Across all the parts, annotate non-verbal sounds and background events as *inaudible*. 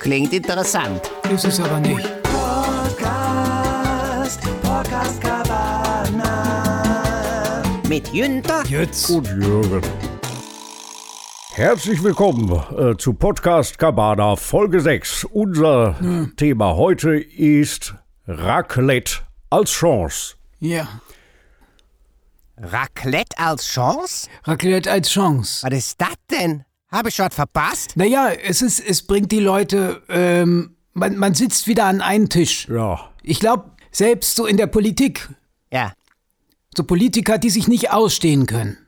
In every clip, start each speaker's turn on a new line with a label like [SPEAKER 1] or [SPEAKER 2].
[SPEAKER 1] Klingt interessant.
[SPEAKER 2] Ist es aber nicht.
[SPEAKER 1] Mit Jünter
[SPEAKER 2] Jetzt.
[SPEAKER 3] Und Jürgen. Herzlich willkommen äh, zu Podcast Cabana Folge 6. Unser Thema heute ist Raclette als Chance.
[SPEAKER 2] Ja.
[SPEAKER 1] Raclette als Chance?
[SPEAKER 2] Raclette als Chance.
[SPEAKER 1] Was ist das denn? Habe ich was verpasst?
[SPEAKER 2] Naja, es ist, es bringt die Leute, ähm, man, man sitzt wieder an einen Tisch.
[SPEAKER 3] Ja,
[SPEAKER 2] Ich glaube, selbst so in der Politik,
[SPEAKER 1] Ja,
[SPEAKER 2] so Politiker, die sich nicht ausstehen können.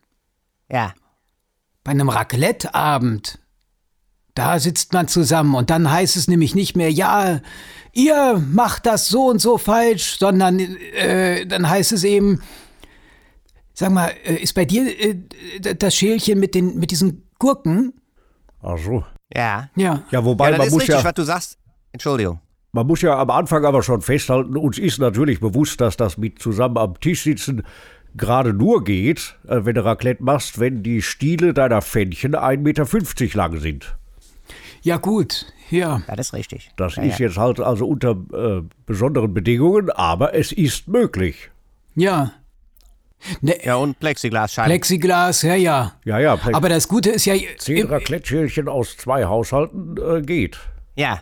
[SPEAKER 1] ja.
[SPEAKER 2] Bei einem Raclette-Abend, da sitzt man zusammen und dann heißt es nämlich nicht mehr, ja, ihr macht das so und so falsch, sondern äh, dann heißt es eben, sag mal, äh, ist bei dir äh, d- das Schälchen mit, den, mit diesen Gurken?
[SPEAKER 3] also.
[SPEAKER 1] Ja.
[SPEAKER 2] Ja.
[SPEAKER 3] Ja,
[SPEAKER 1] Ja,
[SPEAKER 3] wobei
[SPEAKER 1] das
[SPEAKER 3] man,
[SPEAKER 1] ist
[SPEAKER 3] muss
[SPEAKER 1] richtig,
[SPEAKER 3] ja,
[SPEAKER 1] was du sagst. Entschuldigung.
[SPEAKER 3] man muss ja am Anfang aber schon festhalten, uns ist natürlich bewusst, dass das mit zusammen am Tisch sitzen gerade nur geht, äh, wenn du Raclette machst, wenn die Stiele deiner Fännchen 1,50 Meter lang sind.
[SPEAKER 2] Ja, gut, ja.
[SPEAKER 1] Ja, Das ist richtig.
[SPEAKER 3] Das
[SPEAKER 1] ja,
[SPEAKER 3] ist
[SPEAKER 1] ja.
[SPEAKER 3] jetzt halt also unter äh, besonderen Bedingungen, aber es ist möglich.
[SPEAKER 2] Ja. Ne,
[SPEAKER 1] Ja, und Plexiglasscheibe.
[SPEAKER 2] Plexiglas, ja, ja.
[SPEAKER 3] Ja, ja, vielleicht
[SPEAKER 2] Aber das Gute ist ja,
[SPEAKER 3] zehn
[SPEAKER 2] im,
[SPEAKER 3] Raclette-Schälchen aus zwei Haushalten äh, geht.
[SPEAKER 1] ja.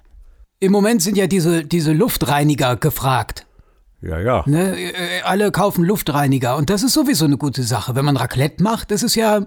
[SPEAKER 2] im Moment sind ja diese, diese Luftreiniger gefragt.
[SPEAKER 3] Ja, ja.
[SPEAKER 2] Ne? Äh, Alle kaufen Luftreiniger und das ist sowieso eine gute Sache. Wenn man Raclette macht, das ist ja,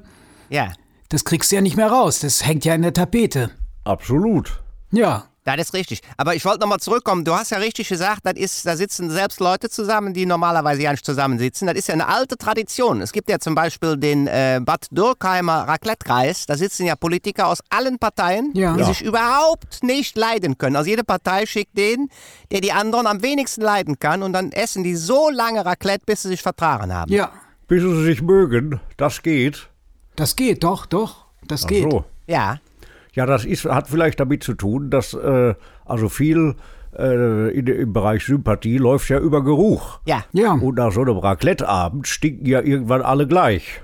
[SPEAKER 1] Ja.
[SPEAKER 2] das kriegst du ja nicht mehr raus. Das hängt ja in der Tapete.
[SPEAKER 3] Absolut.
[SPEAKER 2] Ja,
[SPEAKER 1] Das ist richtig. Aber ich wollte nochmal zurückkommen. Du hast ja richtig gesagt, das ist, da sitzen selbst Leute zusammen, die normalerweise ja nicht zusammensitzen. Das ist ja eine alte Tradition. Es gibt ja zum Beispiel den äh, Bad Dürkheimer Raclette-Kreis. Da sitzen ja Politiker aus allen Parteien,
[SPEAKER 2] Ja.
[SPEAKER 1] die
[SPEAKER 2] Ja.
[SPEAKER 1] sich überhaupt nicht leiden können. Also jede Partei schickt den, der die anderen am wenigsten leiden kann. Und dann essen die so lange Raclette, bis sie sich vertragen haben.
[SPEAKER 2] ja,
[SPEAKER 3] Bis sie sich mögen, das geht.
[SPEAKER 2] das geht, doch, doch, das
[SPEAKER 3] Ach
[SPEAKER 2] geht.
[SPEAKER 3] so.
[SPEAKER 1] Ja.
[SPEAKER 3] Ja, das ist, hat vielleicht damit zu tun, dass äh, also viel äh, in, im Bereich Sympathie läuft ja über Geruch.
[SPEAKER 1] Ja.
[SPEAKER 2] Ja,
[SPEAKER 3] Und nach so einem Raclette-Abend stinken ja irgendwann alle gleich.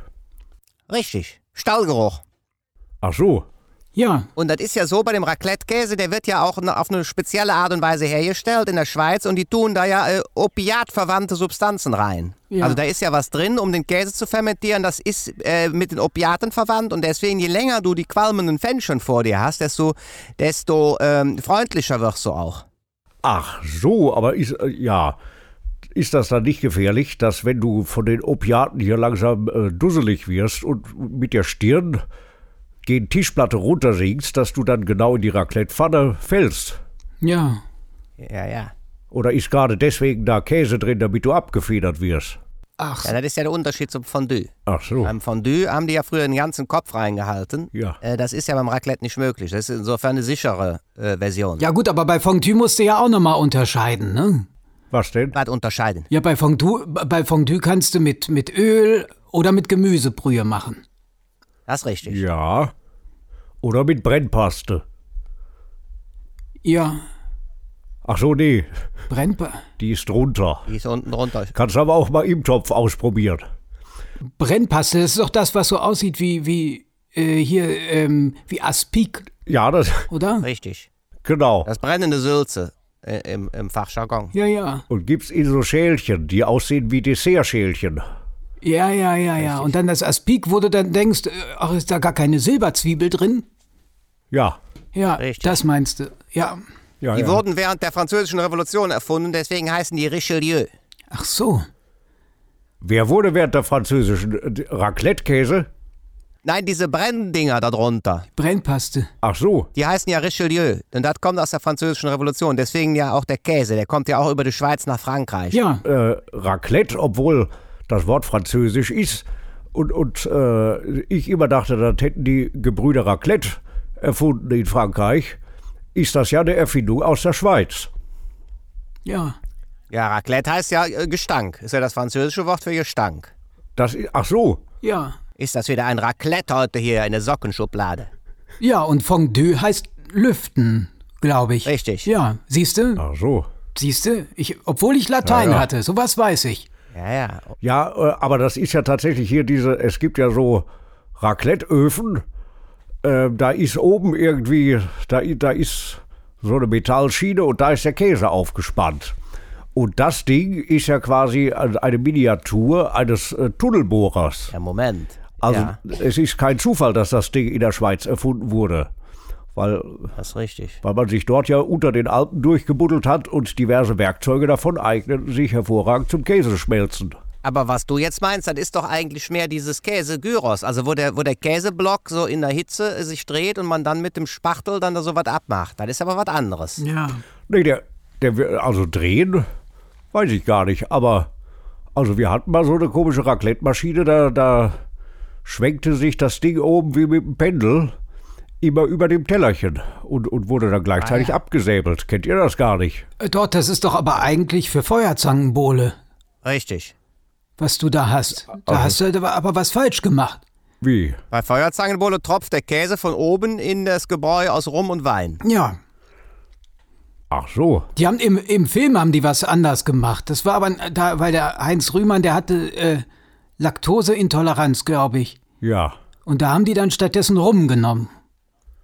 [SPEAKER 1] Richtig. Stallgeruch.
[SPEAKER 3] Ach so.
[SPEAKER 2] ja,
[SPEAKER 1] Und das ist ja so bei dem Raclette-Käse, der wird ja auch na- auf eine spezielle Art und Weise hergestellt in der Schweiz und die tun da ja äh, opiatverwandte Substanzen rein.
[SPEAKER 2] Ja.
[SPEAKER 1] Also da ist ja was drin, um den Käse zu fermentieren, das ist äh, mit den Opiaten verwandt und deswegen, je länger du die qualmenden Fännchen vor dir hast, desto, desto ähm, freundlicher wirst du auch.
[SPEAKER 3] Ach so, aber ist, äh, ja, ist das dann nicht gefährlich, dass wenn du von den Opiaten hier langsam äh, dusselig wirst und mit der Stirn gegen Tischplatte runtersinkst, dass du dann genau in die Raclette-Pfanne fällst?
[SPEAKER 2] ja.
[SPEAKER 1] Ja, ja.
[SPEAKER 3] Oder ist gerade deswegen da Käse drin, damit du abgefedert wirst?
[SPEAKER 2] Ach,
[SPEAKER 1] Ja, das ist ja der Unterschied zum Fondue.
[SPEAKER 3] Ach so.
[SPEAKER 1] Beim Fondue haben die ja früher den ganzen Kopf reingehalten.
[SPEAKER 3] Ja.
[SPEAKER 1] Äh, das ist ja beim Raclette nicht möglich. Das ist insofern eine sichere äh, Version.
[SPEAKER 2] ja gut, aber bei Fondue musst du ja auch nochmal unterscheiden, ne?
[SPEAKER 3] Was denn?
[SPEAKER 1] Was unterscheiden.
[SPEAKER 2] Ja, bei Fondue, bei Fondue kannst du mit, mit Öl oder mit Gemüsebrühe machen.
[SPEAKER 1] Das ist richtig.
[SPEAKER 3] Ja. Oder mit Brennpaste.
[SPEAKER 2] Ja,
[SPEAKER 3] Ach so, nee,
[SPEAKER 2] Brennpa
[SPEAKER 3] die ist drunter.
[SPEAKER 1] Die ist unten drunter.
[SPEAKER 3] Kannst aber auch mal im Topf ausprobieren.
[SPEAKER 2] Brennpaste, das ist doch das, was so aussieht wie, wie äh, hier, ähm, wie Aspik,
[SPEAKER 3] Ja, das, *laughs*
[SPEAKER 2] oder?
[SPEAKER 1] Richtig.
[SPEAKER 3] genau.
[SPEAKER 1] Das brennende Sülze äh, im, im Fachjargon.
[SPEAKER 2] Ja, ja.
[SPEAKER 3] Und gibt's in so Schälchen, die aussehen wie Dessertschälchen.
[SPEAKER 2] Ja, ja, ja, ja. Und dann das Aspik, wo du dann denkst, äh, ach, ist da gar keine Silberzwiebel drin?
[SPEAKER 3] Ja.
[SPEAKER 2] Ja,
[SPEAKER 1] Richtig.
[SPEAKER 2] das meinst du. Ja.
[SPEAKER 3] ja,
[SPEAKER 1] Die
[SPEAKER 3] ja.
[SPEAKER 1] wurden während der Französischen Revolution erfunden, deswegen heißen die Richelieu.
[SPEAKER 2] Ach so.
[SPEAKER 3] Wer wurde während der französischen äh, Raclette-Käse?
[SPEAKER 1] Nein, diese Brenndinger darunter,
[SPEAKER 2] Brennpaste.
[SPEAKER 3] Ach so.
[SPEAKER 1] die heißen ja Richelieu. Denn das kommt aus der Französischen Revolution. Deswegen ja auch der Käse, der kommt ja auch über die Schweiz nach Frankreich.
[SPEAKER 2] Ja.
[SPEAKER 3] Äh, Raclette, obwohl das Wort französisch ist. Und, und äh, ich immer dachte, das hätten die Gebrüder Raclette erfunden in Frankreich. Ist das ja eine Erfindung aus der Schweiz.
[SPEAKER 2] Ja.
[SPEAKER 1] Ja, Raclette heißt ja äh, Gestank. Ist ja das französische Wort für Gestank.
[SPEAKER 3] Das, i- ach so.
[SPEAKER 2] Ja.
[SPEAKER 1] Ist das wieder ein Raclette heute hier in der Sockenschublade?
[SPEAKER 2] Ja, und Fondue heißt lüften, glaube ich.
[SPEAKER 1] Richtig.
[SPEAKER 2] Ja, siehst du?
[SPEAKER 3] Ach so.
[SPEAKER 2] Siehst du? Ich, obwohl ich Latein
[SPEAKER 3] Ja, ja.
[SPEAKER 2] hatte, sowas weiß ich.
[SPEAKER 1] Ja, ja. oh,
[SPEAKER 3] Ja, äh, aber das ist ja tatsächlich hier diese, es gibt ja so Racletteöfen, äh, da ist oben irgendwie, da, i- da ist so eine Metallschiene und da ist der Käse aufgespannt. Und das Ding ist ja quasi eine Miniatur eines äh, Tunnelbohrers.
[SPEAKER 1] Ja, Moment.
[SPEAKER 3] Also
[SPEAKER 1] ja,
[SPEAKER 3] es ist kein Zufall, dass das Ding in der Schweiz erfunden wurde. Weil,
[SPEAKER 1] das ist richtig.
[SPEAKER 3] weil man sich dort ja unter den Alpen durchgebuddelt hat und diverse Werkzeuge davon eignen sich hervorragend zum Käseschmelzen.
[SPEAKER 1] Aber was du jetzt meinst, das ist doch eigentlich mehr dieses Käse-Gyros. Also wo der, wo der Käseblock so in der Hitze äh, sich dreht und man dann mit dem Spachtel dann da so was abmacht. Das ist aber was anderes.
[SPEAKER 2] Ja.
[SPEAKER 3] Nee, der, der, wir- also drehen, weiß ich gar nicht, aber, also wir hatten mal so eine komische Raclette-Maschine, da, da schwenkte sich das Ding oben wie mit dem Pendel immer über dem Tellerchen und, und wurde dann gleichzeitig abgesäbelt. Kennt ihr das gar nicht?
[SPEAKER 2] Äh, Dort, das ist doch aber eigentlich für Feuerzangenbowle,
[SPEAKER 1] Richtig.
[SPEAKER 2] was du da hast. Da
[SPEAKER 3] Also
[SPEAKER 2] hast du aber was falsch gemacht.
[SPEAKER 3] Wie?
[SPEAKER 1] Bei Feuerzangenbowle tropft der Käse von oben in das Gebräu aus Rum und Wein.
[SPEAKER 2] Ja.
[SPEAKER 3] Ach so.
[SPEAKER 2] Die haben im, im Film haben die was anders gemacht. Das war aber äh, da, weil der Heinz Rühmann, der hatte äh, Laktoseintoleranz, glaube ich.
[SPEAKER 3] Ja.
[SPEAKER 2] Und da haben die dann stattdessen rumgenommen.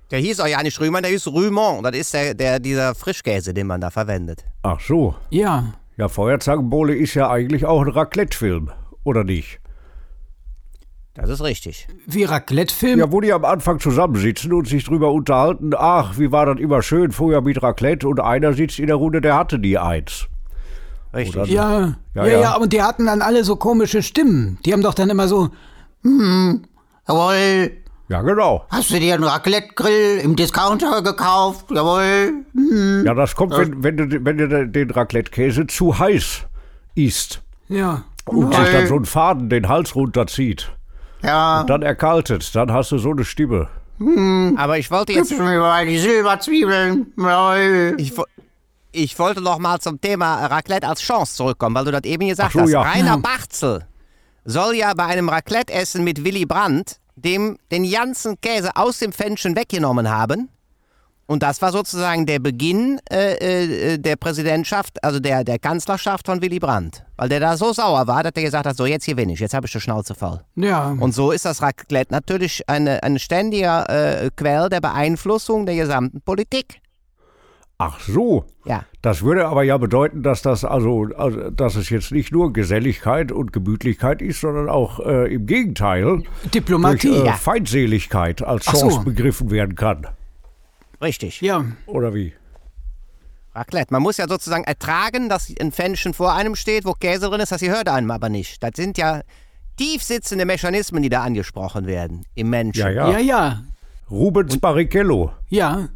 [SPEAKER 1] Der hieß auch ja nicht Rühmann, der hieß Rühmann. Das ist der, der, dieser Frischkäse, den man da verwendet.
[SPEAKER 3] Ach so.
[SPEAKER 2] Ja.
[SPEAKER 3] Ja, Feuerzangenbowle ist ja eigentlich auch ein Raclette-Film, oder nicht?
[SPEAKER 1] Das ist richtig.
[SPEAKER 2] Wie Raclette-Film?
[SPEAKER 3] Ja, wo die am Anfang zusammensitzen und sich drüber unterhalten, ach, wie war das immer schön, vorher mit Raclette und einer sitzt in der Runde, der hatte nie eins.
[SPEAKER 1] Richtig.
[SPEAKER 3] Oder-
[SPEAKER 2] Ja, ja,
[SPEAKER 3] Ja,
[SPEAKER 2] ja,
[SPEAKER 3] ja.
[SPEAKER 2] und die hatten dann alle so komische Stimmen. Die haben doch dann immer so,
[SPEAKER 4] Jawohl.
[SPEAKER 3] Ja, genau.
[SPEAKER 4] Hast du dir einen Raclette-Grill im Discounter gekauft? Jawohl.
[SPEAKER 3] Ja, das kommt, wenn, wenn, du, wenn du den Raclette-Käse zu heiß isst
[SPEAKER 2] ja,
[SPEAKER 3] und sich dann
[SPEAKER 4] Nein.
[SPEAKER 3] so ein Faden den Hals runterzieht,
[SPEAKER 4] Ja.
[SPEAKER 3] dann erkaltet, dann hast du so eine Stimme.
[SPEAKER 1] Aber ich wollte jetzt
[SPEAKER 4] Gibst du mir mal die Silberzwiebeln? Jawohl.
[SPEAKER 1] Ich, wo- ich wollte noch mal zum Thema Raclette als Chance zurückkommen, weil du das eben gesagt
[SPEAKER 3] Ach so,
[SPEAKER 1] hast.
[SPEAKER 3] ja.
[SPEAKER 1] Rainer
[SPEAKER 3] *laughs*
[SPEAKER 1] Barzel soll ja bei einem Raclette-Essen mit Willy Brandt dem den ganzen Käse aus dem Pfännchen weggenommen haben. Und das war sozusagen der Beginn äh, äh, der Präsidentschaft, also der, der Kanzlerschaft von Willy Brandt. Weil der da so sauer war, dass er gesagt hat, so jetzt hier wenig, jetzt habe ich die Schnauze voll.
[SPEAKER 2] ja.
[SPEAKER 1] Und so ist das Raclette natürlich eine, eine ständige äh, Quell der Beeinflussung der gesamten Politik.
[SPEAKER 3] Ach so.
[SPEAKER 1] Ja.
[SPEAKER 3] Das würde aber ja bedeuten, dass das also, also dass es jetzt nicht nur Geselligkeit und Gemütlichkeit ist, sondern auch äh, im Gegenteil durch
[SPEAKER 2] Diplomatie.
[SPEAKER 3] äh,
[SPEAKER 1] ja.
[SPEAKER 3] Feindseligkeit als
[SPEAKER 2] Ach
[SPEAKER 3] Chance
[SPEAKER 2] so.
[SPEAKER 3] begriffen werden kann.
[SPEAKER 1] Richtig.
[SPEAKER 2] ja.
[SPEAKER 3] Oder wie?
[SPEAKER 1] Raclette. Man muss ja sozusagen ertragen, dass ein Pfännchen vor einem steht, wo Käse drin ist, das gehört einem aber nicht. Das sind ja tief sitzende Mechanismen, die da angesprochen werden im Menschen.
[SPEAKER 3] Ja, ja.
[SPEAKER 2] ja, ja,
[SPEAKER 3] Rubens Barrichello.
[SPEAKER 2] ja.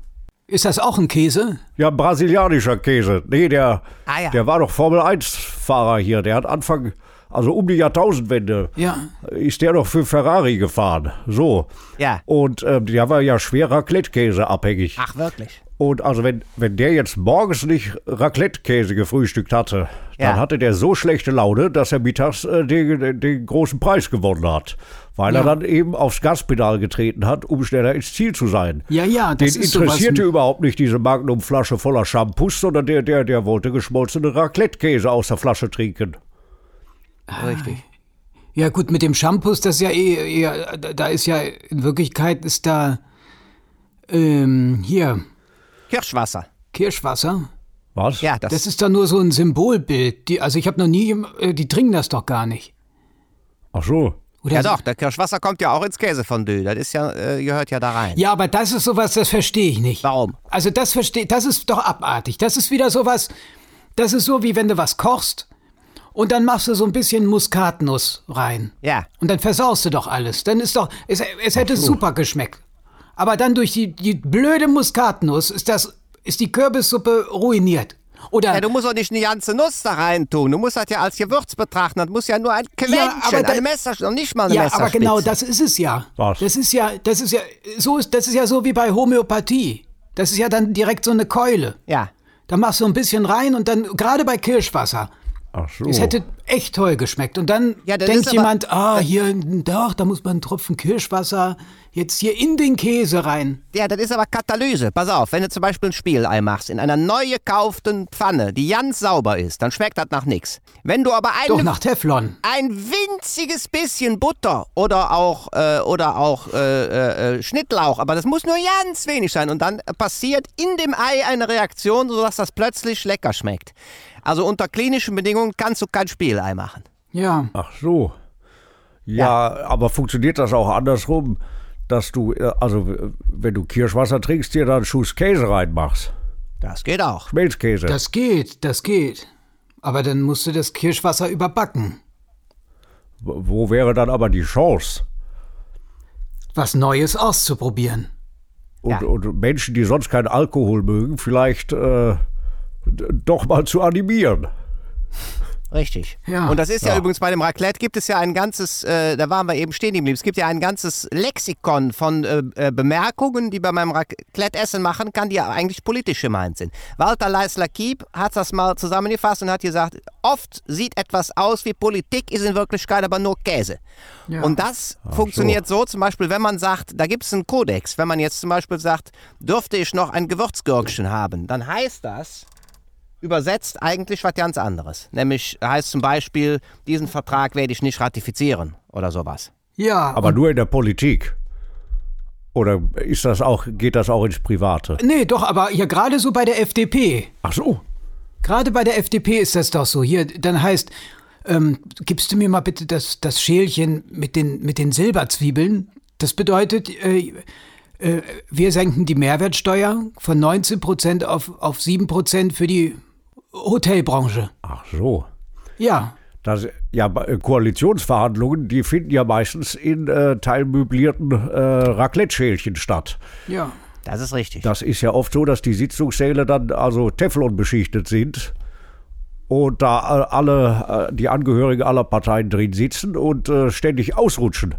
[SPEAKER 2] Ist das auch ein Käse?
[SPEAKER 3] Ja, brasilianischer Käse. Nee, der,
[SPEAKER 1] Ah, ja.
[SPEAKER 3] der war doch Formel-1-Fahrer hier. Der hat Anfang, also um die Jahrtausendwende,
[SPEAKER 2] Ja.
[SPEAKER 3] ist der noch für Ferrari gefahren. So.
[SPEAKER 1] Ja.
[SPEAKER 3] Und ähm, der war ja schwer Raclette-Käse abhängig.
[SPEAKER 1] Ach, wirklich?
[SPEAKER 3] Und also wenn, wenn der jetzt morgens nicht Raclette-Käse gefrühstückt hatte,
[SPEAKER 1] Ja.
[SPEAKER 3] dann hatte der so schlechte Laune, dass er mittags äh, den, den- den großen Preis gewonnen hat. Weil er dann eben aufs Gaspedal getreten hat, um schneller ins Ziel zu sein.
[SPEAKER 2] Ja, ja, das
[SPEAKER 3] Den
[SPEAKER 2] ist sowas
[SPEAKER 3] interessierte
[SPEAKER 2] mit-
[SPEAKER 3] überhaupt nicht diese Magnumflasche voller Shampoos, sondern der, der, der wollte geschmolzene Raclette-Käse aus der Flasche trinken.
[SPEAKER 1] Richtig.
[SPEAKER 2] Ja, gut, mit dem Shampoos, das ist ja eh, eher, da ist ja, in Wirklichkeit ist da, ähm, hier,
[SPEAKER 1] Kirschwasser.
[SPEAKER 2] Kirschwasser.
[SPEAKER 3] Was?
[SPEAKER 1] Ja, das,
[SPEAKER 2] Das ist da nur so ein Symbolbild. Die, also ich habe noch nie, jem- äh, die trinken das doch gar nicht.
[SPEAKER 3] Ach so.
[SPEAKER 2] Oder
[SPEAKER 1] Ja doch, der Kirschwasser kommt ja auch ins Käsefondue. Das ist ja, äh, gehört ja da rein.
[SPEAKER 2] Ja, aber das ist sowas, das verstehe ich nicht.
[SPEAKER 1] Warum?
[SPEAKER 2] Also das verstehe, das ist doch abartig. Das ist wieder sowas, das ist so wie wenn du was kochst und dann machst du so ein bisschen Muskatnuss rein.
[SPEAKER 1] Ja.
[SPEAKER 2] Und dann versaust du doch alles. Dann ist doch, es, es hätte super geschmeckt. Aber dann durch die, die blöde Muskatnuss ist das, ist die Kürbissuppe ruiniert. Oder,
[SPEAKER 1] Ja, du musst doch nicht eine ganze Nuss da rein tun. Du musst das ja als Gewürz betrachten. Das muss ja nur ein Quäntchen,
[SPEAKER 2] aber da-
[SPEAKER 1] eine Messerspitze, noch nicht mal eine
[SPEAKER 2] ja aber
[SPEAKER 1] Messerspitze.
[SPEAKER 2] genau, das ist es ja.
[SPEAKER 3] Was?
[SPEAKER 2] Das ist ja, das ist ja, so ist, das ist ja so wie bei Homöopathie. Das ist ja dann direkt so eine Keule.
[SPEAKER 1] Ja.
[SPEAKER 2] Da machst du ein bisschen rein und dann, gerade bei Kirschwasser,
[SPEAKER 3] Ach so.
[SPEAKER 2] es hätte echt toll geschmeckt. Und dann
[SPEAKER 1] Ja, das ist
[SPEAKER 2] denkt
[SPEAKER 1] aber-
[SPEAKER 2] jemand, ah, hier, doch, da muss man einen Tropfen Kirschwasser jetzt hier in den Käse rein.
[SPEAKER 1] Ja, das ist aber Katalyse. Pass auf, wenn du zum Beispiel ein Spiegelei machst in einer neu gekauften Pfanne, die ganz sauber ist, dann schmeckt das nach nichts. Wenn du aber
[SPEAKER 2] Doch
[SPEAKER 1] eine,
[SPEAKER 2] nach Teflon.
[SPEAKER 1] ein winziges bisschen Butter oder auch, äh, oder auch äh, äh, äh, Schnittlauch, aber das muss nur ganz wenig sein und dann passiert in dem Ei eine Reaktion, sodass das plötzlich lecker schmeckt. Also unter klinischen Bedingungen kannst du kein Spiegelei machen.
[SPEAKER 2] Ja.
[SPEAKER 3] Ach so. Ja, aber funktioniert das auch andersrum, dass du, äh, also äh, wenn du Kirschwasser trinkst, dir da einen Schuss Käse reinmachst?
[SPEAKER 1] Das geht auch.
[SPEAKER 3] Schmelzkäse.
[SPEAKER 2] Das geht, das geht. Aber dann musst du das Kirschwasser überbacken.
[SPEAKER 3] Wo wo wäre dann aber die Chance?
[SPEAKER 2] Was Neues auszuprobieren.
[SPEAKER 3] Und,
[SPEAKER 1] Ja.
[SPEAKER 3] und Menschen, die sonst keinen Alkohol mögen, vielleicht äh, d- doch mal zu animieren.
[SPEAKER 1] Richtig.
[SPEAKER 2] Ja.
[SPEAKER 1] Und das ist ja. übrigens bei dem Raclette gibt es ja ein ganzes, äh, da waren wir eben stehen geblieben, es gibt ja ein ganzes Lexikon von äh, äh, Bemerkungen, die bei meinem Raclette-Essen machen kann, die ja eigentlich politisch gemeint sind. Walter Leisler-Kiep hat das mal zusammengefasst und hat gesagt, oft sieht etwas aus wie Politik, ist in Wirklichkeit aber nur Käse. Und das funktioniert so, zum Beispiel, wenn man sagt, da gibt es einen Kodex, wenn man jetzt zum Beispiel sagt, dürfte ich noch ein Gewürzgürkchen haben, dann heißt das übersetzt eigentlich was ganz anderes. Nämlich heißt zum Beispiel, diesen Vertrag werde ich nicht ratifizieren oder sowas.
[SPEAKER 2] Ja,
[SPEAKER 3] Aber nur in der Politik. Oder ist das auch, geht das auch ins Private?
[SPEAKER 2] nee, doch, aber hier gerade so bei der FDP.
[SPEAKER 3] Ach so.
[SPEAKER 2] Gerade bei der FDP ist das doch so. Hier, dann heißt, ähm, gibst du mir mal bitte das, das Schälchen mit den, mit den Silberzwiebeln? Das bedeutet, äh, äh, wir senken die Mehrwertsteuer von 19% auf, auf 7% für die Hotelbranche.
[SPEAKER 3] Ach so.
[SPEAKER 2] Ja,
[SPEAKER 3] Das, ja, bei- äh, Koalitionsverhandlungen, die finden ja meistens in äh, teilmöblierten äh, Raclette-Schälchen statt.
[SPEAKER 2] ja.
[SPEAKER 1] Das ist richtig.
[SPEAKER 3] Das ist ja oft so, dass die Sitzungssäle dann also Teflon beschichtet sind und da äh, alle äh, die Angehörigen aller Parteien drin sitzen und äh, ständig ausrutschen.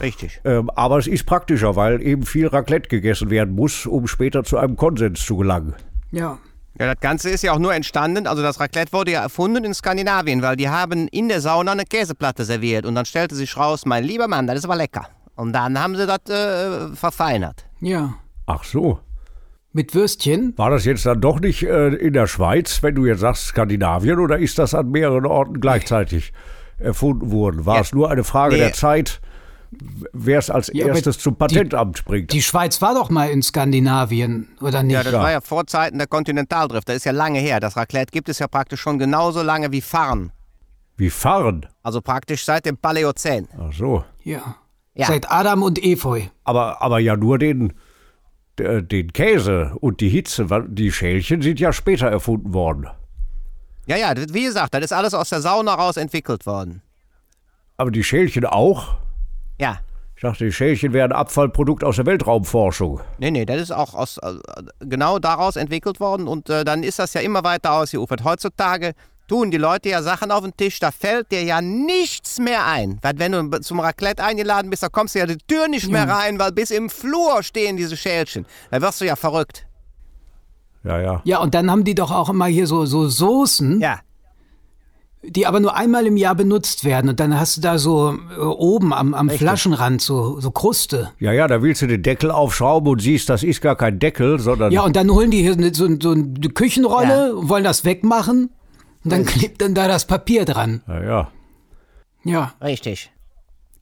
[SPEAKER 1] Richtig.
[SPEAKER 3] Ähm, aber es ist praktischer, weil eben viel Raclette gegessen werden muss, um später zu einem Konsens zu gelangen.
[SPEAKER 2] Ja.
[SPEAKER 1] Ja, das Ganze ist ja auch nur entstanden, also das Raclette wurde ja erfunden in Skandinavien, weil die haben in der Sauna eine Käseplatte serviert und dann stellte sich raus, mein lieber Mann, das ist aber lecker. Und dann haben sie das äh, verfeinert.
[SPEAKER 2] Ja.
[SPEAKER 3] Ach so.
[SPEAKER 2] Mit Würstchen?
[SPEAKER 3] War das jetzt dann doch nicht äh, in der Schweiz, wenn du jetzt sagst Skandinavien, oder ist das an mehreren Orten gleichzeitig erfunden worden? War
[SPEAKER 1] Ja.
[SPEAKER 3] es nur eine Frage
[SPEAKER 1] Nee.
[SPEAKER 3] der Zeit, wer es als
[SPEAKER 2] Ja, aber
[SPEAKER 3] erstes zum Patentamt bringt?
[SPEAKER 2] Die Schweiz war doch mal in Skandinavien, oder nicht?
[SPEAKER 1] Ja, das war ja vor Zeiten der Kontinentaldrift, das ist ja lange her. Das Raclette gibt es ja praktisch schon genauso lange wie Farn.
[SPEAKER 3] Wie fahren?
[SPEAKER 1] Also praktisch seit dem Paläozän.
[SPEAKER 3] Ach so.
[SPEAKER 2] Ja.
[SPEAKER 1] Ja.
[SPEAKER 2] Seit Adam und Efeu.
[SPEAKER 3] Aber, aber ja nur den, d- den Käse und die Hitze. weil Die Schälchen sind ja später erfunden worden.
[SPEAKER 1] Ja, ja, das- wie gesagt, das ist alles aus der Sauna raus entwickelt worden.
[SPEAKER 3] Aber die Schälchen auch?
[SPEAKER 1] Ja.
[SPEAKER 3] Ich dachte, die Schälchen wären Abfallprodukt aus der Weltraumforschung.
[SPEAKER 1] Nee, nee, das ist auch aus, äh, genau daraus entwickelt worden und äh, dann ist das ja immer weiter ausgeufert. Heutzutage tun die Leute ja Sachen auf den Tisch, da fällt dir ja nichts mehr ein. Weil wenn du zum Raclette eingeladen bist, da kommst du ja die Tür nicht mehr rein, weil bis im Flur stehen diese Schälchen. Da wirst du ja verrückt.
[SPEAKER 3] Ja, ja.
[SPEAKER 2] Ja, und dann haben die doch auch immer hier so, so Soßen,
[SPEAKER 1] Ja.
[SPEAKER 2] die aber nur einmal im Jahr benutzt werden. Und dann hast du da so äh, oben am, am Flaschenrand so, so Kruste.
[SPEAKER 3] Ja, ja, da willst du den Deckel aufschrauben und siehst, das ist gar kein Deckel, sondern.
[SPEAKER 1] Genau.
[SPEAKER 2] Ja, und dann holen die hier so, so eine Küchenrolle
[SPEAKER 1] Ja.
[SPEAKER 2] und wollen das wegmachen. Und dann klebt dann da das Papier dran.
[SPEAKER 3] ja, ja.
[SPEAKER 2] Ja.
[SPEAKER 1] Richtig.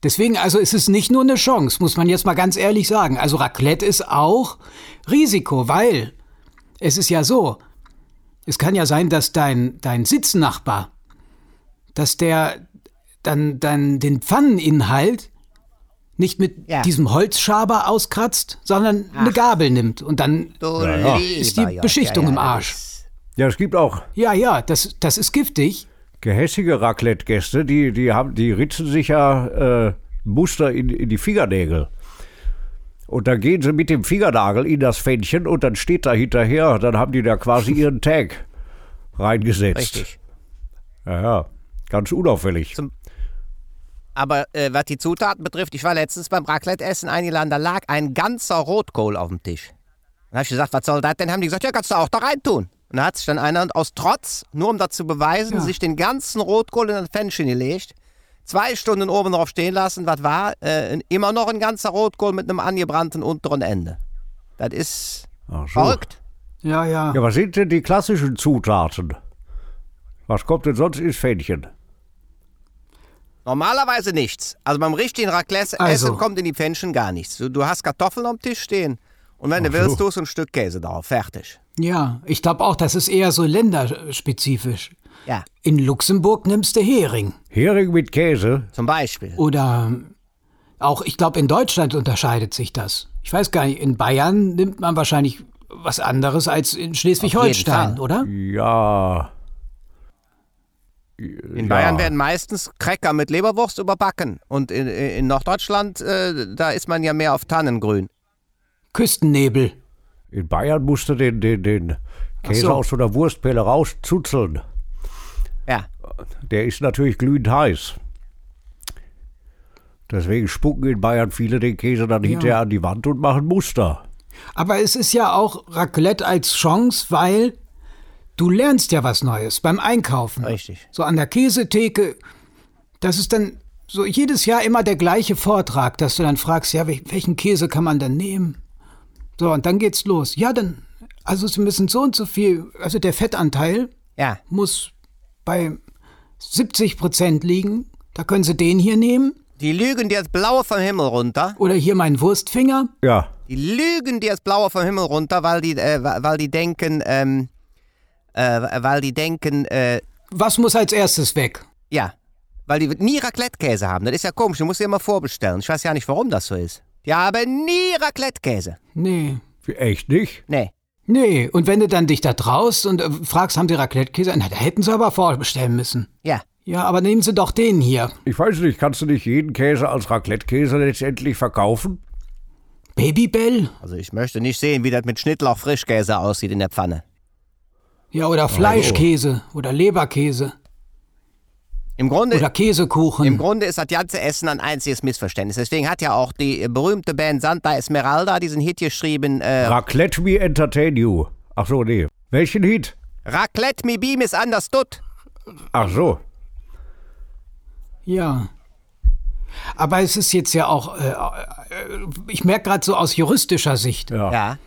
[SPEAKER 2] Deswegen, also ist es nicht nur eine Chance, muss man jetzt mal ganz ehrlich sagen. Also Raclette ist auch Risiko, weil es ist ja so, es kann ja sein, dass dein, dein Sitznachbar, dass der dann, dann den Pfanneninhalt nicht mit
[SPEAKER 1] Ja.
[SPEAKER 2] diesem Holzschaber auskratzt, sondern eine Gabel nimmt. Und dann,
[SPEAKER 1] Du
[SPEAKER 3] Ja, ja.
[SPEAKER 1] lieber
[SPEAKER 2] Ist die
[SPEAKER 1] Gott,
[SPEAKER 2] Beschichtung im
[SPEAKER 1] das
[SPEAKER 2] Arsch.
[SPEAKER 1] ist-
[SPEAKER 3] Ja, es gibt auch
[SPEAKER 2] ja, ja, das, das ist giftig.
[SPEAKER 3] gehässige Raclette-Gäste, die, die, haben, die ritzen sich ja äh, Muster in, in die Fingernägel. Und dann gehen sie mit dem Fingernagel in das Fännchen und dann steht da hinterher, dann haben die da quasi ihren Tag reingesetzt.
[SPEAKER 1] Richtig.
[SPEAKER 3] Ja, ja. Ganz unauffällig.
[SPEAKER 1] Zum- Aber äh, was die Zutaten betrifft, ich war letztens beim Raclette-Essen eingeladen, da lag ein ganzer Rotkohl auf dem Tisch. Dann habe ich gesagt, was soll das denn? Haben die gesagt, ja, kannst du auch da reintun. Und da hat sich dann einer aus Trotz, nur um das zu beweisen, sich den ganzen Rotkohl in das Pfännchen gelegt, zwei Stunden oben drauf stehen lassen, was war? Äh, immer noch ein ganzer Rotkohl mit einem angebrannten unteren Ende. Das ist
[SPEAKER 3] Ach so.
[SPEAKER 1] verrückt.
[SPEAKER 2] Ja, ja.
[SPEAKER 3] Ja, was sind denn die klassischen Zutaten? Was kommt denn sonst ins Fähnchen?
[SPEAKER 1] Normalerweise nichts. Also beim richtigen Raclette-Essen
[SPEAKER 2] Also.
[SPEAKER 1] kommt in die Pfännchen gar nichts. Du, du hast Kartoffeln am Tisch stehen und wenn du willst, tust du ein Stück Käse drauf. Fertig.
[SPEAKER 2] Ja, ich glaube auch, das ist eher so länderspezifisch.
[SPEAKER 1] Ja,
[SPEAKER 2] In Luxemburg nimmst du Hering.
[SPEAKER 3] Hering mit Käse?
[SPEAKER 1] zum Beispiel.
[SPEAKER 2] Oder auch, ich glaube, in Deutschland unterscheidet sich das. Ich weiß gar nicht, in Bayern nimmt man wahrscheinlich was anderes als in Schleswig-Holstein,
[SPEAKER 1] Fall.
[SPEAKER 2] oder?
[SPEAKER 3] Ja.
[SPEAKER 1] In Bayern werden meistens Cracker mit Leberwurst überbacken. Und in, in Norddeutschland, äh, da ist man ja mehr auf Tannengrün.
[SPEAKER 2] Küstennebel.
[SPEAKER 3] In Bayern musst du den, den, den Käse
[SPEAKER 2] so.
[SPEAKER 3] aus so einer Wurstpelle rauszuzeln.
[SPEAKER 1] Ja.
[SPEAKER 3] Der ist natürlich glühend heiß. Deswegen spucken in Bayern viele den Käse dann hinterher an die Wand und machen Muster.
[SPEAKER 2] Aber es ist ja auch Raclette als Chance, weil du lernst ja was Neues beim Einkaufen.
[SPEAKER 1] Richtig.
[SPEAKER 2] So an der Käsetheke, das ist dann so jedes Jahr immer der gleiche Vortrag, dass du dann fragst, ja, wel- welchen Käse kann man denn nehmen? So, und dann geht's los. Ja, dann, also sie müssen so und so viel, also der Fettanteil
[SPEAKER 1] Ja.
[SPEAKER 2] muss bei 70 Prozent liegen. Da können sie den hier nehmen
[SPEAKER 1] Die lügen dir das Blaue vom Himmel runter.
[SPEAKER 2] oder hier meinen Wurstfinger.
[SPEAKER 3] Ja,
[SPEAKER 1] Die lügen dir das Blaue vom Himmel runter, weil die, äh, wa- weil die denken, ähm, äh, weil die denken, äh,
[SPEAKER 2] Was muss als erstes weg?
[SPEAKER 1] ja, weil die nie Raclette-Käse haben. Das ist ja komisch, du musst dir immer vorbestellen. Ich weiß ja nicht, warum das so ist. Die haben nie Raclette-Käse.
[SPEAKER 2] Nee.
[SPEAKER 3] echt nicht?
[SPEAKER 1] Nee.
[SPEAKER 2] Nee, und wenn du dann dich da traust und äh, fragst, haben sie Raclette-Käse? Na, da hätten sie aber vorbestellen müssen.
[SPEAKER 1] Ja.
[SPEAKER 2] Ja, aber nehmen sie doch den hier.
[SPEAKER 3] Ich weiß nicht, kannst du nicht jeden Käse als Raclette-Käse letztendlich verkaufen?
[SPEAKER 2] Babybell?
[SPEAKER 1] Also ich möchte nicht sehen, wie das mit Schnittlauch-Frischkäse aussieht in der Pfanne.
[SPEAKER 2] Ja, oder Fleischkäse oder Leberkäse
[SPEAKER 1] Im Grunde
[SPEAKER 2] oder Käsekuchen.
[SPEAKER 1] Äh, Im Grunde ist das ganze Essen ein einziges Missverständnis. Deswegen hat ja auch die äh, berühmte Band Santa Esmeralda diesen Hit geschrieben: äh,
[SPEAKER 3] Raclette me entertain you. Ach so, nee. Welchen Hit?
[SPEAKER 1] Raclette me be misunderstood.
[SPEAKER 3] Ach so.
[SPEAKER 2] ja. Aber es ist jetzt ja auch, äh, äh, ich merke gerade so aus juristischer Sicht,
[SPEAKER 3] Ja.
[SPEAKER 1] Ja,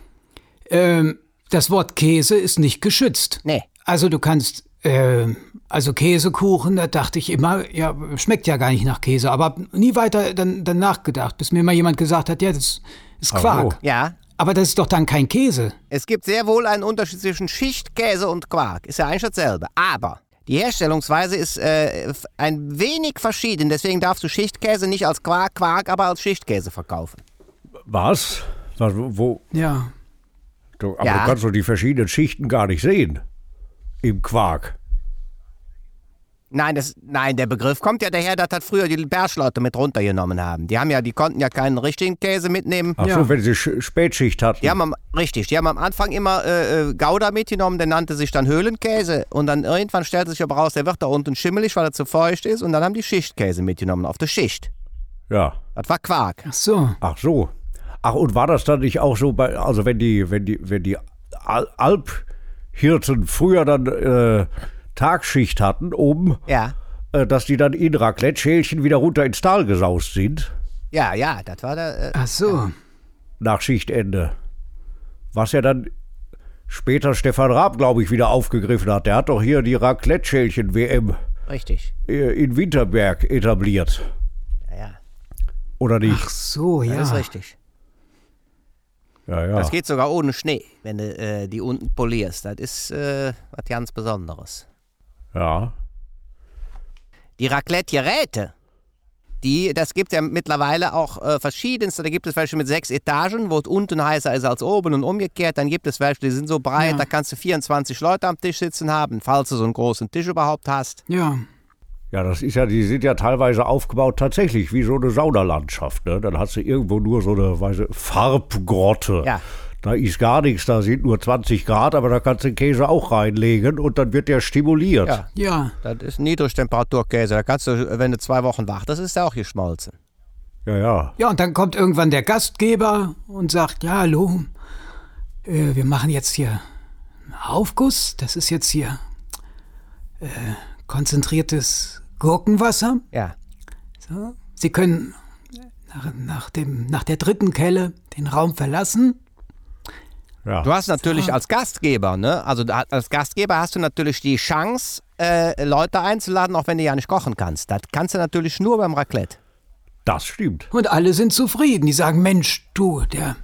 [SPEAKER 2] ähm, das Wort Käse ist nicht geschützt.
[SPEAKER 1] nee.
[SPEAKER 2] Also du kannst, ähm, also Käsekuchen, da dachte ich immer, ja, schmeckt ja gar nicht nach Käse, aber hab nie weiter dann, dann nachgedacht, bis mir mal jemand gesagt hat, ja, das ist Quark.
[SPEAKER 1] Ja.
[SPEAKER 2] Aber das ist doch dann kein Käse.
[SPEAKER 1] Es gibt sehr wohl einen Unterschied zwischen Schichtkäse und Quark. Ist ja eigentlich dasselbe. Aber die Herstellungsweise ist äh, f- ein wenig verschieden. Deswegen darfst du Schichtkäse nicht als Quark, Quark, aber als Schichtkäse verkaufen.
[SPEAKER 3] Was? Was wo?
[SPEAKER 2] Ja.
[SPEAKER 3] Du, aber
[SPEAKER 1] Ja.
[SPEAKER 3] du kannst doch die verschiedenen Schichten gar nicht sehen. Im Quark.
[SPEAKER 1] Nein, das, nein, der Begriff kommt ja daher, dass das früher die Bergleute mit runtergenommen haben. Die haben ja, die konnten ja keinen richtigen Käse mitnehmen.
[SPEAKER 3] Ach
[SPEAKER 2] Ja.
[SPEAKER 3] so, wenn sie Sch Spätschicht hatten.
[SPEAKER 1] Die haben am, richtig, die haben am Anfang immer äh, äh, Gouda mitgenommen, der nannte sich dann Höhlenkäse. Und dann irgendwann stellte sich aber raus, der wird da unten schimmelig, weil er zu feucht ist. Und dann haben die Schichtkäse mitgenommen auf der Schicht.
[SPEAKER 3] ja.
[SPEAKER 1] Das war Quark.
[SPEAKER 2] Ach so.
[SPEAKER 3] Ach so. Ach, und war das dann nicht auch so bei, also wenn die, wenn die, wenn die Al Alphirten früher dann äh, Tagschicht hatten, oben,
[SPEAKER 1] Ja,
[SPEAKER 3] äh, dass die dann in Raclette-Schälchen wieder runter ins Tal gesaust sind,
[SPEAKER 1] ja, ja, das war der. Äh,
[SPEAKER 2] Ach so.
[SPEAKER 3] nach Schichtende. Was ja dann später Stefan Raab, glaube ich, wieder aufgegriffen hat. Der hat doch hier die Raclette-Schälchen-WM
[SPEAKER 1] richtig.
[SPEAKER 3] äh, in Winterberg etabliert.
[SPEAKER 1] Ja, ja.
[SPEAKER 3] Oder nicht?
[SPEAKER 2] Ach so,
[SPEAKER 1] Das
[SPEAKER 2] ja.
[SPEAKER 1] ist richtig.
[SPEAKER 3] ja, ja.
[SPEAKER 1] Das geht sogar ohne Schnee, wenn du äh, die unten polierst. Das ist äh, was ganz Besonderes.
[SPEAKER 3] ja.
[SPEAKER 1] Die Raclette-Geräte, die, das gibt ja mittlerweile auch äh, verschiedenste. Da gibt es welche mit sechs Etagen, wo es unten heißer ist als oben und umgekehrt. Dann gibt es welche, die sind so breit, da kannst du 24 Leute am Tisch sitzen haben, falls du so einen großen Tisch überhaupt hast.
[SPEAKER 2] Ja.
[SPEAKER 3] Ja, das ist ja, die sind ja teilweise aufgebaut tatsächlich wie so eine Saunalandschaft. Ne? Dann hast du irgendwo nur so eine weiße Farbgrotte.
[SPEAKER 1] Ja.
[SPEAKER 3] Da ist gar nichts, da sind nur 20 Grad, aber da kannst du den Käse auch reinlegen und dann wird der stimuliert.
[SPEAKER 1] Ja.
[SPEAKER 2] Ja.
[SPEAKER 1] Das ist Niedrigtemperaturkäse. Da kannst du, wenn du zwei Wochen wartest, ist der auch geschmolzen.
[SPEAKER 3] ja. ja.
[SPEAKER 2] Ja, und dann kommt irgendwann der Gastgeber und sagt, ja, hallo, äh, wir machen jetzt hier Aufguss, das ist jetzt hier äh, konzentriertes Gurkenwasser.
[SPEAKER 1] Ja.
[SPEAKER 2] So. Sie können nach, nach, dem, nach der dritten Kelle den Raum verlassen.
[SPEAKER 3] Ja.
[SPEAKER 1] Du hast natürlich als Gastgeber, ne? Also da- als Gastgeber hast du natürlich die Chance, äh, Leute einzuladen, auch wenn du ja nicht kochen kannst. Das kannst du natürlich nur beim Raclette.
[SPEAKER 3] Das stimmt.
[SPEAKER 2] Und alle sind zufrieden. Die sagen, Mensch, du, der,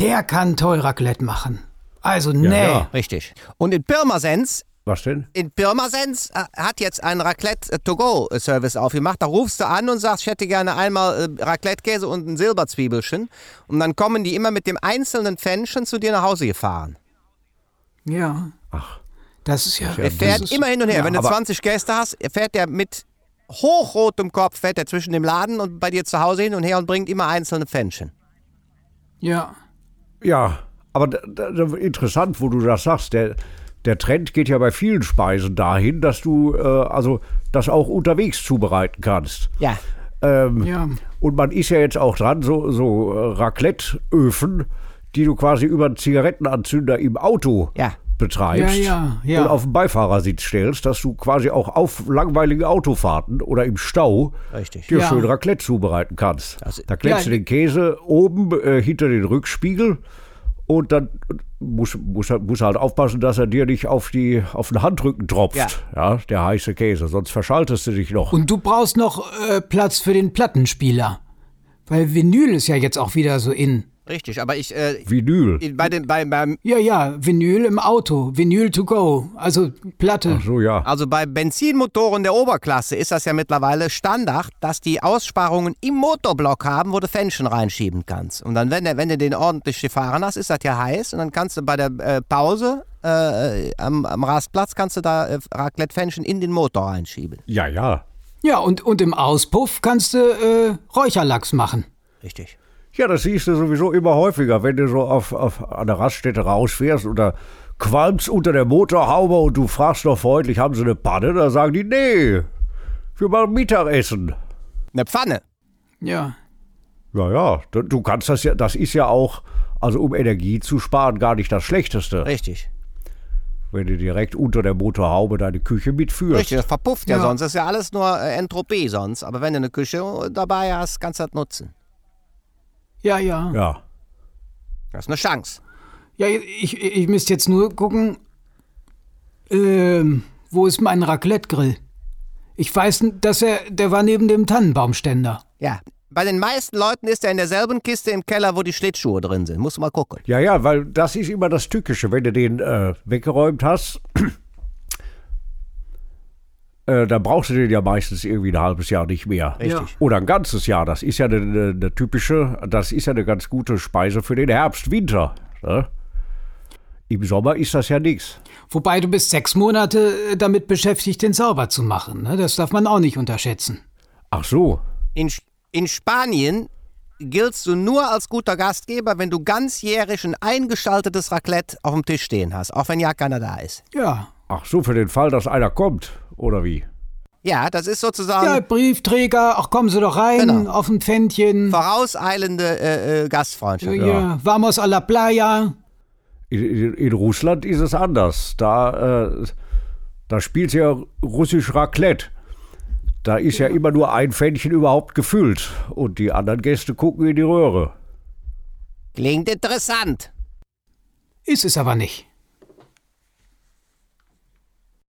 [SPEAKER 2] der kann toll Raclette machen. Also, nee.
[SPEAKER 3] ja.
[SPEAKER 1] Richtig. Und in Pirmasens
[SPEAKER 3] Was denn?
[SPEAKER 1] in Pirmasens äh, hat jetzt einen Raclette-to-go-Service aufgemacht. Da rufst du an und sagst, ich hätte gerne einmal äh, Raclette-Käse und ein Silberzwiebelchen. Und dann kommen die immer mit dem einzelnen Pfännchen zu dir nach Hause gefahren.
[SPEAKER 2] Ja.
[SPEAKER 3] Ach.
[SPEAKER 2] Das ist ja.
[SPEAKER 1] Der fährt
[SPEAKER 2] ist-
[SPEAKER 1] immer hin und her. Wenn du
[SPEAKER 3] aber-
[SPEAKER 1] 20 Gäste hast, fährt der mit hochrotem Kopf, fährt er zwischen dem Laden und bei dir zu Hause hin und her und bringt immer einzelne Pfännchen.
[SPEAKER 2] Ja.
[SPEAKER 3] Ja, aber d- d- d- interessant, wo du das sagst. Der, der Trend geht ja bei vielen Speisen dahin, dass du äh, also das auch unterwegs zubereiten kannst.
[SPEAKER 1] Ja.
[SPEAKER 3] Ähm,
[SPEAKER 2] Ja.
[SPEAKER 3] Und man ist ja jetzt auch dran, so, so äh, Raclette-Öfen, die du quasi über einen Zigarettenanzünder im Auto
[SPEAKER 1] Ja.
[SPEAKER 3] betreibst
[SPEAKER 2] Ja, ja, ja.
[SPEAKER 3] und auf den Beifahrersitz stellst, dass du quasi auch auf langweiligen Autofahrten oder im Stau
[SPEAKER 1] Richtig.
[SPEAKER 3] dir
[SPEAKER 2] Ja.
[SPEAKER 3] schön Raclette zubereiten kannst. da klemmst
[SPEAKER 2] Ja.
[SPEAKER 3] du den Käse oben äh, hinter den Rückspiegel und dann muss, muss, er- muss er halt aufpassen, dass er dir nicht auf, die, auf den Handrücken tropft,
[SPEAKER 1] Ja.
[SPEAKER 3] Ja, der heiße Käse, sonst verschaltest du dich noch.
[SPEAKER 2] Und du brauchst noch äh, Platz für den Plattenspieler. Weil Vinyl ist ja jetzt auch wieder so in.
[SPEAKER 1] Richtig, aber ich, äh,
[SPEAKER 3] Vinyl.
[SPEAKER 1] bei dem, bei, beim,
[SPEAKER 2] Ja, ja, Vinyl im Auto, Vinyl to go, also Platte.
[SPEAKER 3] So ja.
[SPEAKER 1] Also bei Benzinmotoren der Oberklasse ist das ja mittlerweile Standard, dass die Aussparungen im Motorblock haben, wo du Fännchen reinschieben kannst. Und dann, wenn, der, wenn du den ordentlich gefahren hast, ist das ja heiß. Und dann kannst du bei der äh, Pause äh, am, am Rastplatz, kannst du da äh, Raclette-Fännchen in den Motor reinschieben.
[SPEAKER 3] Ja, ja.
[SPEAKER 2] Ja, und, und im Auspuff kannst du äh, Räucherlachs machen.
[SPEAKER 1] Richtig.
[SPEAKER 3] Ja, das siehst du sowieso immer häufiger, wenn du so auf, auf einer Raststätte rausfährst oder qualmst unter der Motorhaube und du fragst noch freundlich, haben sie eine Panne? Da sagen die, nee, wir machen Mittagessen.
[SPEAKER 1] Eine Pfanne.
[SPEAKER 2] Ja.
[SPEAKER 3] Ja, ja, du, du kannst das ja, das ist ja auch, also um Energie zu sparen, gar nicht das Schlechteste,
[SPEAKER 1] Richtig.
[SPEAKER 3] wenn du direkt unter der Motorhaube deine Küche mitführst.
[SPEAKER 1] Richtig, das verpufft ja,
[SPEAKER 2] Ja.
[SPEAKER 1] sonst. Das ist ja alles nur äh, Entropie sonst. Aber wenn du eine Küche dabei hast, kannst du das nutzen.
[SPEAKER 2] Ja, ja.
[SPEAKER 3] Ja.
[SPEAKER 1] Das ist eine Chance.
[SPEAKER 2] Ja, ich, ich müsste jetzt nur gucken, ähm, wo ist mein Raclette-Grill? Ich weiß, dass er, der war neben dem Tannenbaumständer.
[SPEAKER 1] Ja. Bei den meisten Leuten ist er in derselben Kiste im Keller, wo die Schlittschuhe drin sind. Muss mal gucken.
[SPEAKER 3] Ja, ja, weil das ist immer das Tückische, wenn du den äh, weggeräumt hast. *clears throat* äh, Dann brauchst du den ja meistens irgendwie ein halbes Jahr nicht mehr.
[SPEAKER 1] Richtig.
[SPEAKER 3] Oder ein ganzes Jahr. Das ist ja eine, eine, eine typische, das ist ja eine ganz gute Speise für den Herbst, Winter. Ne? Im Sommer ist das ja nichts.
[SPEAKER 2] Wobei du bist sechs Monate äh, damit beschäftigt, den sauber zu machen. Ne? Das darf man auch nicht unterschätzen.
[SPEAKER 3] Ach so.
[SPEAKER 1] In, in Spanien giltst du nur als guter Gastgeber, wenn du ganzjährig ein eingeschaltetes Raclette auf dem Tisch stehen hast, auch wenn ja keiner da ist.
[SPEAKER 2] Ja.
[SPEAKER 3] Ach so, für den Fall, dass einer kommt. Oder wie?
[SPEAKER 1] Ja, das ist sozusagen
[SPEAKER 2] Ja, Briefträger, ach kommen Sie doch rein,
[SPEAKER 1] Genau.
[SPEAKER 2] auf ein Pfändchen.
[SPEAKER 1] vorauseilende äh, äh,
[SPEAKER 2] Ja,
[SPEAKER 1] Gastfreundschaft.
[SPEAKER 2] ja. Vamos a la playa.
[SPEAKER 3] In, in, in Russland ist es anders. Da, äh, da spielt ja russisch Raclette. Da ist ja. immer nur ein Fännchen überhaupt gefüllt. Und die anderen Gäste gucken in die Röhre.
[SPEAKER 1] Klingt interessant.
[SPEAKER 2] Ist es aber nicht.